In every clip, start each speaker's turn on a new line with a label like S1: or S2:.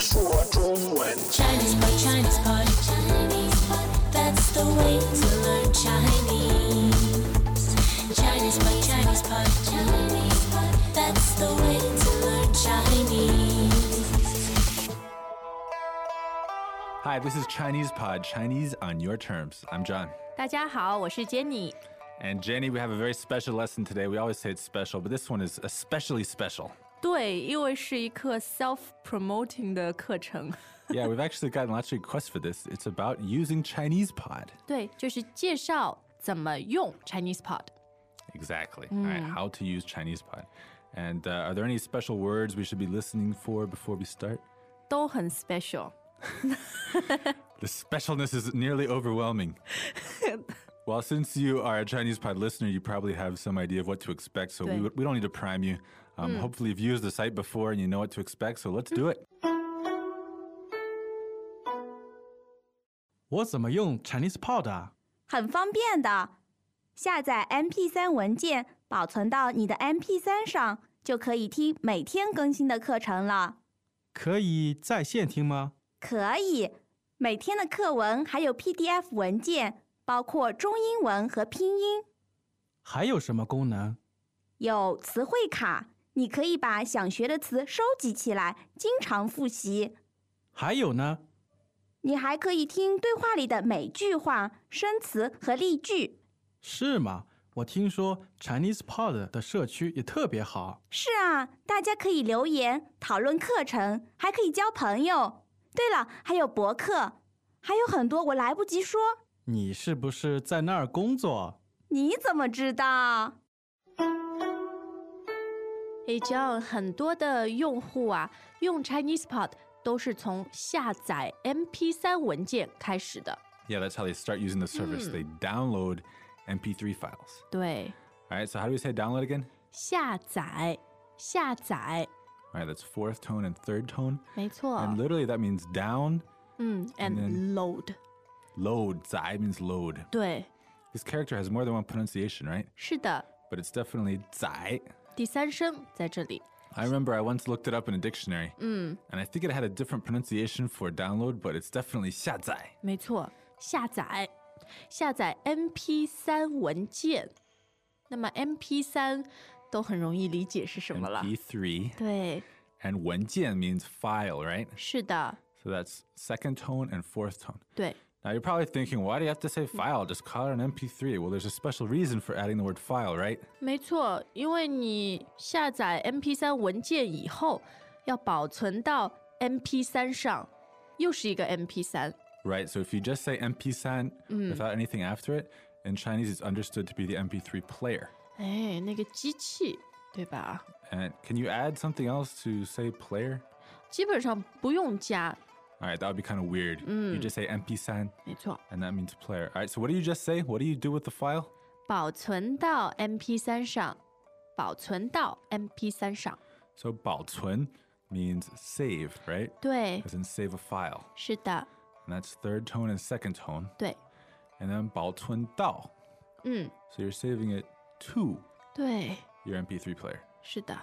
S1: 说中文。
S2: Chinese pot, Chinese pot, Chinese pot. That's the way to learn Chinese. Chinese pot, Chinese pot, Chinese pot. That's the way to learn Chinese.
S3: Hi, this is Chinese Pod, Chinese on your terms. I'm John.
S4: 大家好，我是 Jenny。
S3: And Jenny, we have a very special lesson today. We always say it's special, but this one is especially special.
S4: 对，因为是一课 self promoting 的课程，
S3: Yeah, we've actually gotten lots of requests for this. It's about using Chinese Pod.
S4: 对，就是介绍怎么用 Chinese Pod。
S3: Exactly. All right, how to use Chinese Pod. And uh, are there any special words we should be listening for before we start?
S4: 都很 special。
S3: The specialness is nearly overwhelming. well, since you are a Chinese Pod listener, you probably have some idea of what to expect, so we,
S4: Right.
S3: would- we don't need to prime you. Um, Hopefully, you've used the site before and you know what to expect, so let's do it.
S5: 我怎么用 Chinese Pod 啊？
S6: 很方便的。下载 MP3 文件，保存到你的 MP3 上，就可以听每天更新的课程了。
S5: 可以在线听吗？
S6: 可以，每天的课文还有 PDF 文件，包括中英文和拼音，
S5: 还有什么功能？
S6: 有词汇卡，你可以把想学的词收集起来，经常复习。
S5: 还有呢？
S6: 你还可以听对话里的每句话、生词和例句。
S5: 是吗？我听说 Chinese Pod 的社区也特别好。
S6: 是啊，大家可以留言讨论课程，还可以交朋友。对了，还有博客，还有很多我来不及说。
S5: 你是不是在那儿工作？
S6: 你怎么知道？
S4: 诶 j o 很多的用户啊，用 Chinese Pod 都是从下载 MP3 文件开始的。
S3: Yeah, that's how they start using the service. They download MP3 files.
S4: 对，
S3: All right, so how do we say download again?
S4: 下载，下载，
S3: All right, that's fourth tone and third tone.
S4: 没错。
S3: And literally, that means down,
S4: 嗯
S3: 嗯
S4: ，and load，
S3: load. Zai means load.
S4: 对，
S3: This character has more than one pronunciation, right?
S4: 是的，
S3: But it's definitely Zai.
S4: 第三声在这里。
S3: I remember I once looked it up in a dictionary, and I think it had a different pronunciation for download, but it's definitely 下载.
S4: 没错，下载下载 MP 3文件。那么 MP 3都很容易理解是什么了。
S3: MP3.
S4: 对，
S3: And 文件 means file, right?
S4: 是的，
S3: So that's second tone and fourth tone.
S4: 对
S3: Now you're probably thinking, why do you have to say file? Just call it an MP3. Well, there's a special reason for adding the word file, right?
S4: 没错，因为你下载 MP 3文件以后，要保存到 MP 3上，又是一个 MP 3
S3: Right. So if you just say MP3 without anything after it, in Chinese it's understood to be the MP3 player.
S4: 哎，那个机器，对吧？
S3: And can you add something else to say player?
S4: 基本上不用加，
S3: All right, that would be kind of weird. You just say MP3
S4: 没错，
S3: and that means player. All right, so what do you just say? What do you do with the file?
S4: 保存到 MP 3上，保存到 MP 3上。
S3: So 保存 means save, right?
S4: 对，
S3: As in save a file.
S4: 是的，
S3: And that's third tone and second tone.
S4: 对，
S3: And then 保存到.
S4: 嗯，
S3: So you're saving it to
S4: 对，
S3: your MP3 player.
S4: 是的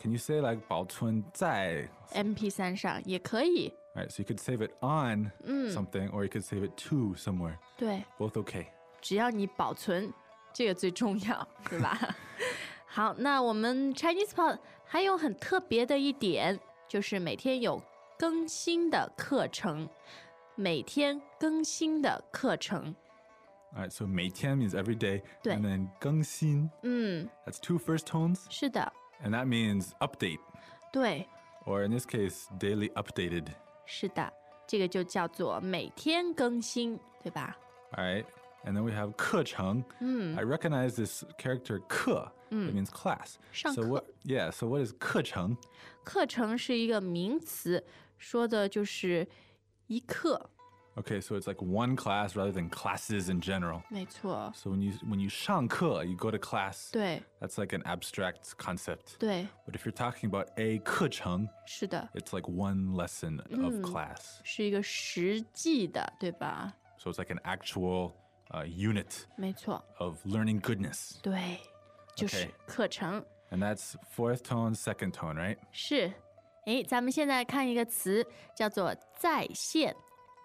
S3: Can you say like 保存在
S4: ，MP 3上也可以，
S3: All right, so you could save it on something or you could save it to somewhere.
S4: 对，
S3: Both okay.
S4: 只要你保存，这个最重要，对吧？ 好，那我们 Chinese Pod 还有很特别的一点，就是每天有更新的课程，每天更新的课程，
S3: All right, so 每天 means every day.
S4: 对。
S3: And then 更新,
S4: 嗯，
S3: that's two first tones,
S4: 是的，
S3: and that means update,
S4: 对，
S3: or in this case, daily updated.
S4: 是的，这个就叫做每天更新，对吧？
S3: All right, and then we have 课程. I recognize this character 课, it means class. So
S4: 上课。
S3: what? Yeah, so what is 课程?
S4: 课程是一个名词，说的就是一课，
S3: Okay, so it's like one class rather than classes in general.
S4: 没错，
S3: So when you when you 上课, you go to class.
S4: 对
S3: That's like an abstract concept.
S4: 对，
S3: But if you're talking about a 课程,
S4: 是的，
S3: it's like one lesson of class.
S4: 是一个实际的，对吧？
S3: So it's like an actual uh, unit
S4: 没错，
S3: of learning goodness.
S4: 对，就是
S3: OK
S4: 课程
S3: And that's fourth tone, second tone, right?
S4: 是诶，咱们现在看一个词，叫做在线，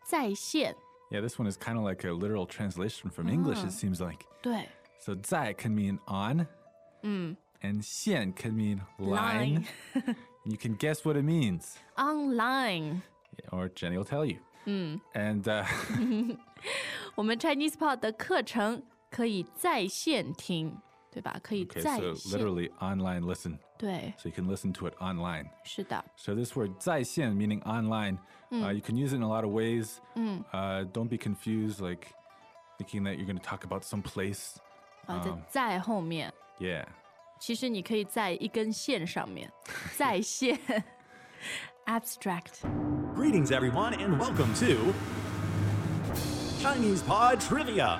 S4: 在线，
S3: Yeah, this one is kind of like a literal translation from English,
S4: Ah.
S3: it seems like.
S4: 对，
S3: So, zai can mean on,
S4: 嗯
S3: and xian can mean line. you can guess what it means,
S4: ，online，
S3: or Jenny will tell you.
S4: 嗯，
S3: And uh,
S4: 我们 Chinese Pod 的课程可以在线听，对吧？可以
S3: okay,
S4: 在
S3: so
S4: 线，
S3: literally online listen.
S4: 对，
S3: So, you can listen to it online.
S4: 是的，
S3: So, this word zaixian, meaning online, uh, you can use it in a lot of ways.
S4: 嗯，
S3: Uh, don't be confused, like thinking that you're going to talk about some place.
S4: 然后在
S3: 嗯
S4: 在后面，
S3: Yeah.
S4: 其实你可以在一根线上面，在线，abstract。
S1: Greetings, everyone, and welcome to Chinese Pod Trivia.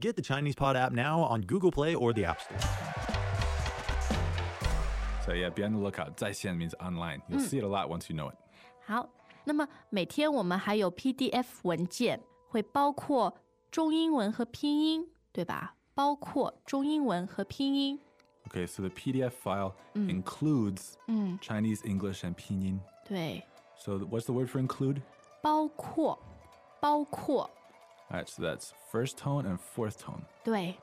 S1: Get the Chinese Pod app now on Google Play or the App Store.
S3: So, yeah, be on the lookout. Zaixian means online. You'll see it a lot once you know it.
S4: 好，那么每天我们还有 PDF 文件，会包括中英文和拼音，对吧？包括中英文和拼音。
S3: Okay, so the PDF file includes
S4: 嗯，
S3: Chinese, English, and Pinyin.
S4: 对，
S3: So th- what's the word for include?
S4: 包括，包括，
S3: All right, so that's first tone and fourth tone.
S4: 对，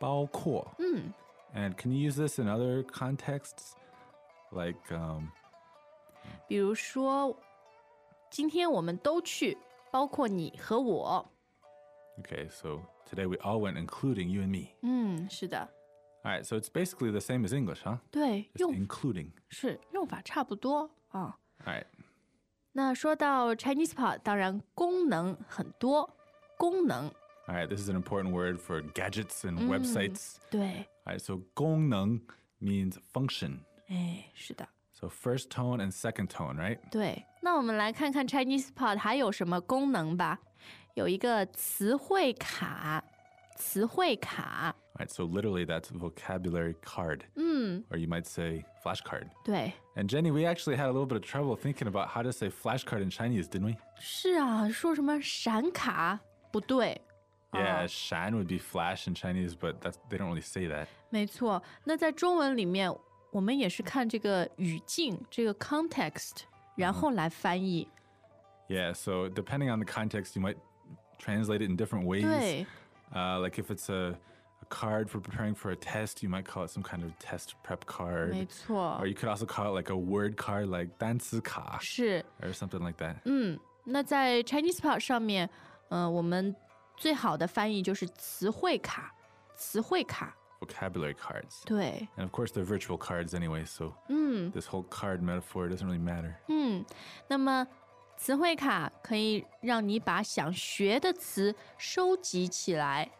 S3: Bao Kuo.
S4: 嗯
S3: And can you use this in other contexts? Like, um,
S4: 比如说，今天我们都去，包括你和我。
S3: okay, so today we all went, including you and me.
S4: 嗯，是的，
S3: All right, so it's basically the same as English, huh?
S4: 对，
S3: Just
S4: 用
S3: including.
S4: 是用法差不多啊。
S3: All right.
S4: 那说到 ChinesePod，当然功能很多，功能
S3: All right, this is an important word for gadgets and websites.
S4: 对，
S3: All right, so 功能 means function.
S4: 哎，是的。
S3: So first tone and second tone, right?
S4: 对，那我们来看看 ChinesePod 还有什么功能吧。有一个词汇卡，词汇卡，
S3: All right, so literally that's vocabulary card,
S4: 嗯，
S3: or you might say flashcard.
S4: 对，
S3: And Jenny, we actually had a little bit of trouble thinking about how to say flashcard in Chinese, didn't we?
S4: 是啊，说什么闪卡不对，
S3: Yeah, shan would be flash in Chinese, but that's, they don't really say that.
S4: 没错。那在中文里面，我们也是看这个语境，这个 context，然后来翻译。
S3: Yeah, so depending on the context, you might translate it in different ways.
S4: 对，
S3: Uh, like if it's a, a card for preparing for a test, you might call it some kind of test prep card.
S4: 没错
S3: Or，you could also call it like a word card, like 单词卡
S4: 是。
S3: or something like that.
S4: 嗯，那在 ChinesePod 上面，嗯、我们最好的翻译就是词汇卡，词汇卡，
S3: Vocabulary cards.
S4: 对。
S3: And of course, they're virtual cards anyway, so
S4: 嗯
S3: this whole card metaphor doesn't really matter.
S4: 嗯，那么词汇卡可以让你把想学的词收集起来，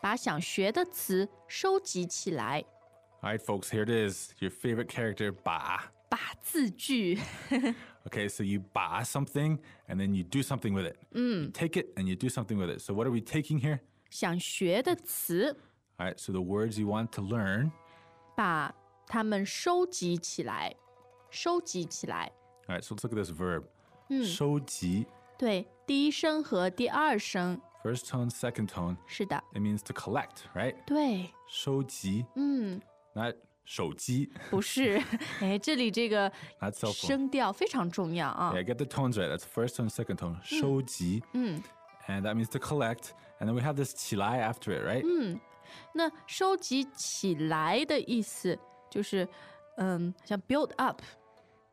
S4: 把想学的词收集起来，
S3: All right, folks, here it is. Your favorite character, Ba.
S4: 把字句。
S3: Okay, so you buy something and then you do something with it. You take it and you do something with it. So what are we taking here?
S4: 想学的词，
S3: All right, so the words you want to learn.
S4: 把它们收集起来，收集起来。
S3: All right, so let's look at this verb.
S4: 嗯
S3: Shoji,
S4: 对，第一声和第二声，
S3: first tone, second tone.
S4: 是的，
S3: It means to collect, right?
S4: 对，
S3: Shoji,
S4: 嗯，
S3: not 手机,
S4: 不是，哎，这里这个
S3: not cell phone.
S4: 声调非常重要啊
S3: Yeah, get the tones right. That's first tone, second tone. Shoji,
S4: 嗯。
S3: and that means to collect. And then we have this 起来 after it, right?
S4: 嗯，那收集起来的意思就是，嗯，像 build up，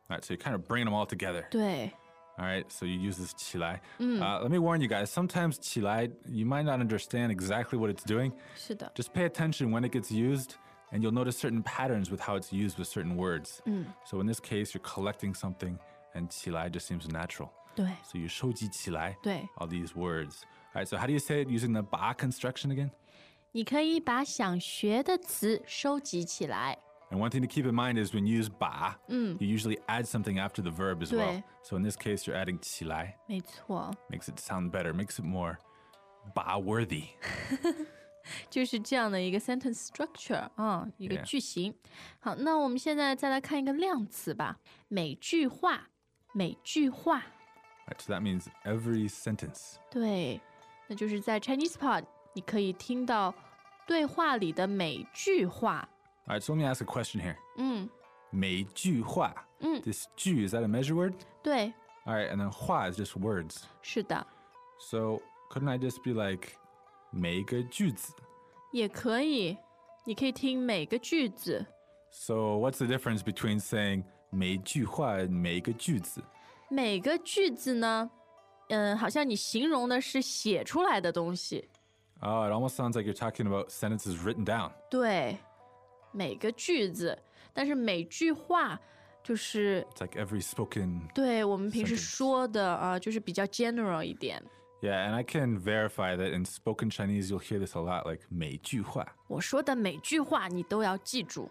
S3: All right, so you're kind of bringing them all together.
S4: 对，
S3: All right, so you use this qilai. Uh, let me warn you guys, sometimes qilai, you might not understand exactly what it's doing.
S4: 是的，
S3: Just pay attention when it gets used, and you'll notice certain patterns with how it's used with certain words. So in this case, you're collecting something, and qilai just seems natural.
S4: 对，
S3: So you shouji qilai,
S4: 对，
S3: all these words. All right, so how do you say it using the ba construction again?
S4: 你可以把想学的词收集起来，
S3: All And one thing to keep in mind is when you use ba,
S4: 嗯，
S3: you usually add something after the verb as well.
S4: 对。
S3: So in this case, you're adding 起来,
S4: 没错，
S3: makes it sound better, makes it more ba worthy.
S4: 就是这样的一个 sentence structure 啊、一个
S3: Yeah.
S4: 句型。好，那我们现在再来看一个量词吧，每句话，每句话，
S3: Right, so that means every sentence.
S4: 对，那就是在 Chinese Pod 你可以听到对话里的每句话。
S3: All right, so let me ask a question here.
S4: 嗯，
S3: 每句话.
S4: Mm.
S3: This 句, is that a measure word?
S4: 对，
S3: All right, and then 话 is just words.
S4: 是的，
S3: So couldn't I just be like 每个句子?
S4: 也可以，你可以听每个句子。
S3: So what's the difference between saying 每句话 and 每个句子?
S4: 每个句子呢，嗯，好像你形容的是写出来的东西。
S3: Oh, it almost sounds like you're talking about sentences written down.
S4: 对，每个句子，但是每句话就是。
S3: It's like every spoken.
S4: 对我们平时
S3: Sentence
S4: 说的啊、就是比较 general 一点。
S3: Yeah, and I can verify that in spoken Chinese, you'll hear this a lot, like 每句话.
S4: 我说的每句话你都要记住。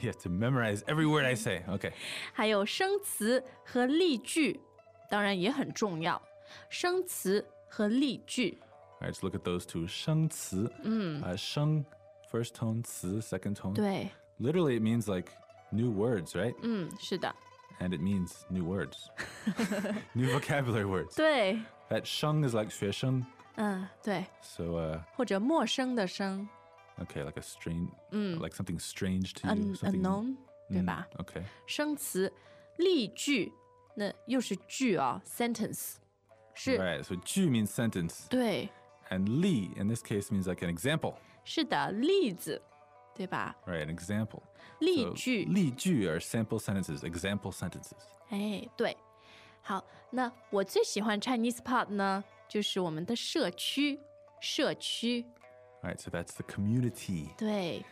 S3: you have to memorize every word I say. Okay.
S4: 还有生词和例句，当然也很重要。生词和例句，
S3: All right, let's look at those two. 生词, uh, 生, first tone, 词, second tone.
S4: 对，
S3: Literally, it means like new words, right?
S4: 嗯，是的，
S3: And it means new words, new vocabulary words.
S4: 对，
S3: That 生 is like 学生,
S4: 嗯，对，
S3: so uh,
S4: 或者陌生的生
S3: okay, like a strange, like something strange to you,
S4: ，un
S3: something
S4: unknown，对
S3: Mm,
S4: 吧？
S3: Okay.
S4: 生词、例句，那又是句啊、s e n t e n c e 是
S3: All right. So 句 means sentence,
S4: 对，
S3: and 例 in this case means like an example,
S4: 是的，例子，对吧？
S3: right? An example.
S4: 例
S3: So
S4: 句，
S3: 例句 are sample sentences, example sentences.
S4: 哎，对，好，那我最喜欢 Chinese Pod 呢，就是我们的社区，社区，
S3: All right. So that's the community.
S4: 对，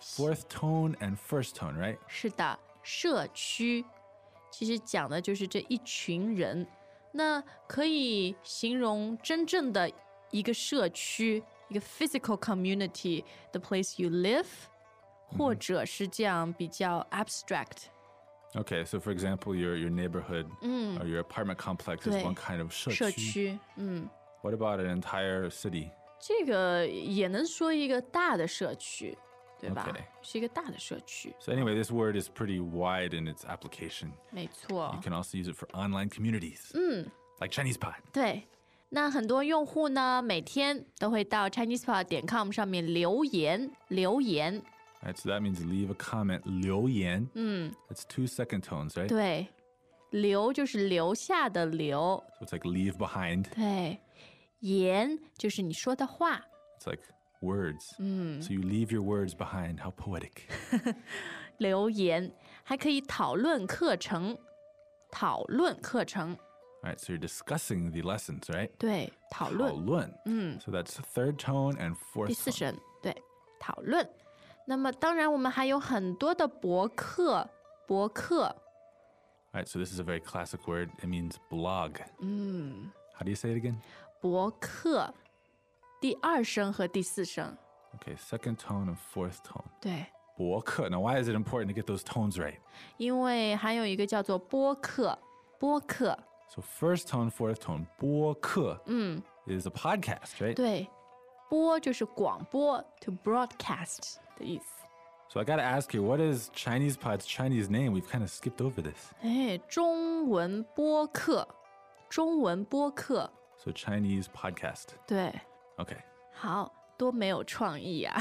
S3: Fourth tone and first tone, right?
S4: 是的，社区，其实讲的就是这一群人，那可以形容真正的一个社区，一个 physical community，the place you live，或
S3: 嗯
S4: 者是这样比较 abstract，
S3: Okay, so for example, your your neighborhood or your apartment complex is
S4: 对。
S3: one kind of
S4: 社
S3: 社区.
S4: 区，嗯。
S3: What about an entire city?
S4: 这个也能说一个大的社区，对吧
S3: OK
S4: 是一个大的社区，
S3: So anyway, this word is pretty wide in its application.
S4: 没错
S3: You。can also use it for online communities. Like Chinese Pod.
S4: 对，那很多用户呢，每天都会到 ChinesePod 点 com 上面留言，留言，
S3: All right, so that means leave a comment. 留言. That's two second tones, right?
S4: 对，留就是留下的留，
S3: So it's like leave behind.
S4: 对，言就是你说的话，
S3: It's like words. So you leave your words behind. How poetic.
S4: 留言还可以讨论课程，讨论课程，
S3: All right, so you're discussing the lessons, right?
S4: 对，讨论。
S3: 讨论. So that's third tone and fourth
S4: 第四
S3: tone.
S4: 声，对，讨论。那么当然，我们还有很多的博客，博客，
S3: All right, so this is a very classic word. It means blog. How do you say it again?
S4: 博客，第二声和第四声，
S3: Okay, second tone and fourth tone.
S4: 对，
S3: 博客. Now, why is it important to get those tones right?
S4: 因为还有一个叫做播客，播客，
S3: So, first tone, fourth tone. 博客
S4: 嗯，
S3: is a podcast, right?
S4: 对，播就是广播，to broadcast 的意思。
S3: So, I got to ask you, what is Chinese Pod's Chinese name? We've kind of skipped over this.
S4: 哎，中文播客，中文播客，
S3: So, Chinese podcast.
S4: 对，
S3: Okay.
S4: 好多没有创意啊，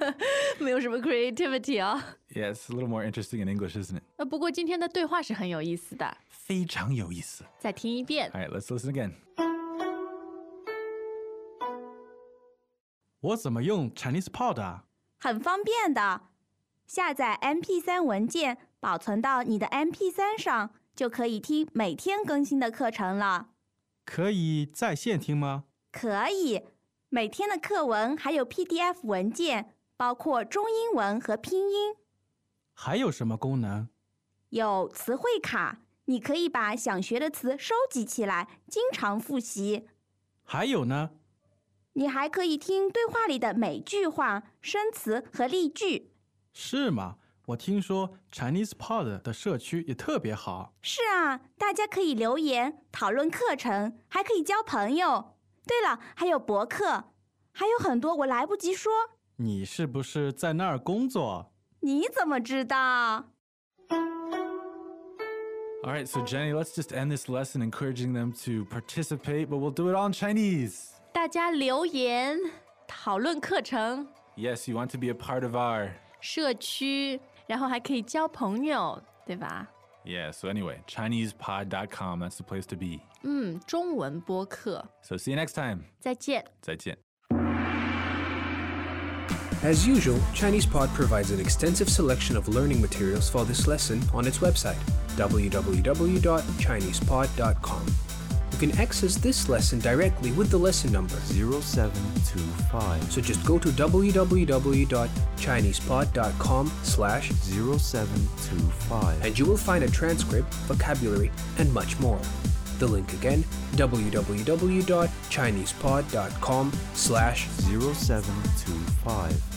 S4: 没有什么 creativity 啊、
S3: Yeah, it's a little more interesting in English, isn't it?
S4: 呃，不过今天的对话是很有意思的，
S3: 非常有意思.
S4: 再听一遍。
S3: All right, let's listen again.
S5: 我怎么用 Chinese Pod 啊？
S6: 很方便的。下载 MP3 文件，保存到你的 MP3 上，就可以听每天更新的课程了。
S5: 可以在线听吗？
S6: 可以，每天的课文还有 PDF 文件，包括中英文和拼音，
S5: 还有什么功能？
S6: 有词汇卡，你可以把想学的词收集起来，经常复习。
S5: 还有呢？
S6: 你还可以听对话里的每句话、生词和例句。
S5: 是吗？我我听说 Chinese Pod 的社区也特别好。
S6: 是啊，大家可以留言讨论课程，还可以交朋友。对了，还有博客，还有很多我来不及说。
S5: 你是不是在那儿工作？
S6: 你怎么知道？
S3: All right, so Jenny, let's just end this lesson encouraging them to participate, but we'll do it all in Chinese.
S4: 大家留言讨论课程、
S3: Yes, you want to be a part of our.
S4: 社区，然后还可以交朋友，对吧？
S3: Yeah, so anyway, ChinesePod.com, that's the place to be.
S4: 嗯，中文播客，
S3: So see you next time.
S4: 再见。
S3: 再见.
S7: As usual, ChinesePod provides an extensive selection of learning materials for this lesson on its website, www.chinesepod.com. You can access this lesson directly with the lesson number,
S8: 0725
S7: so just go to www.chinesepod.com slash
S8: 0725
S7: and you will find a transcript, vocabulary, and much more. The link again, www.chinesepod.com slash
S8: 0725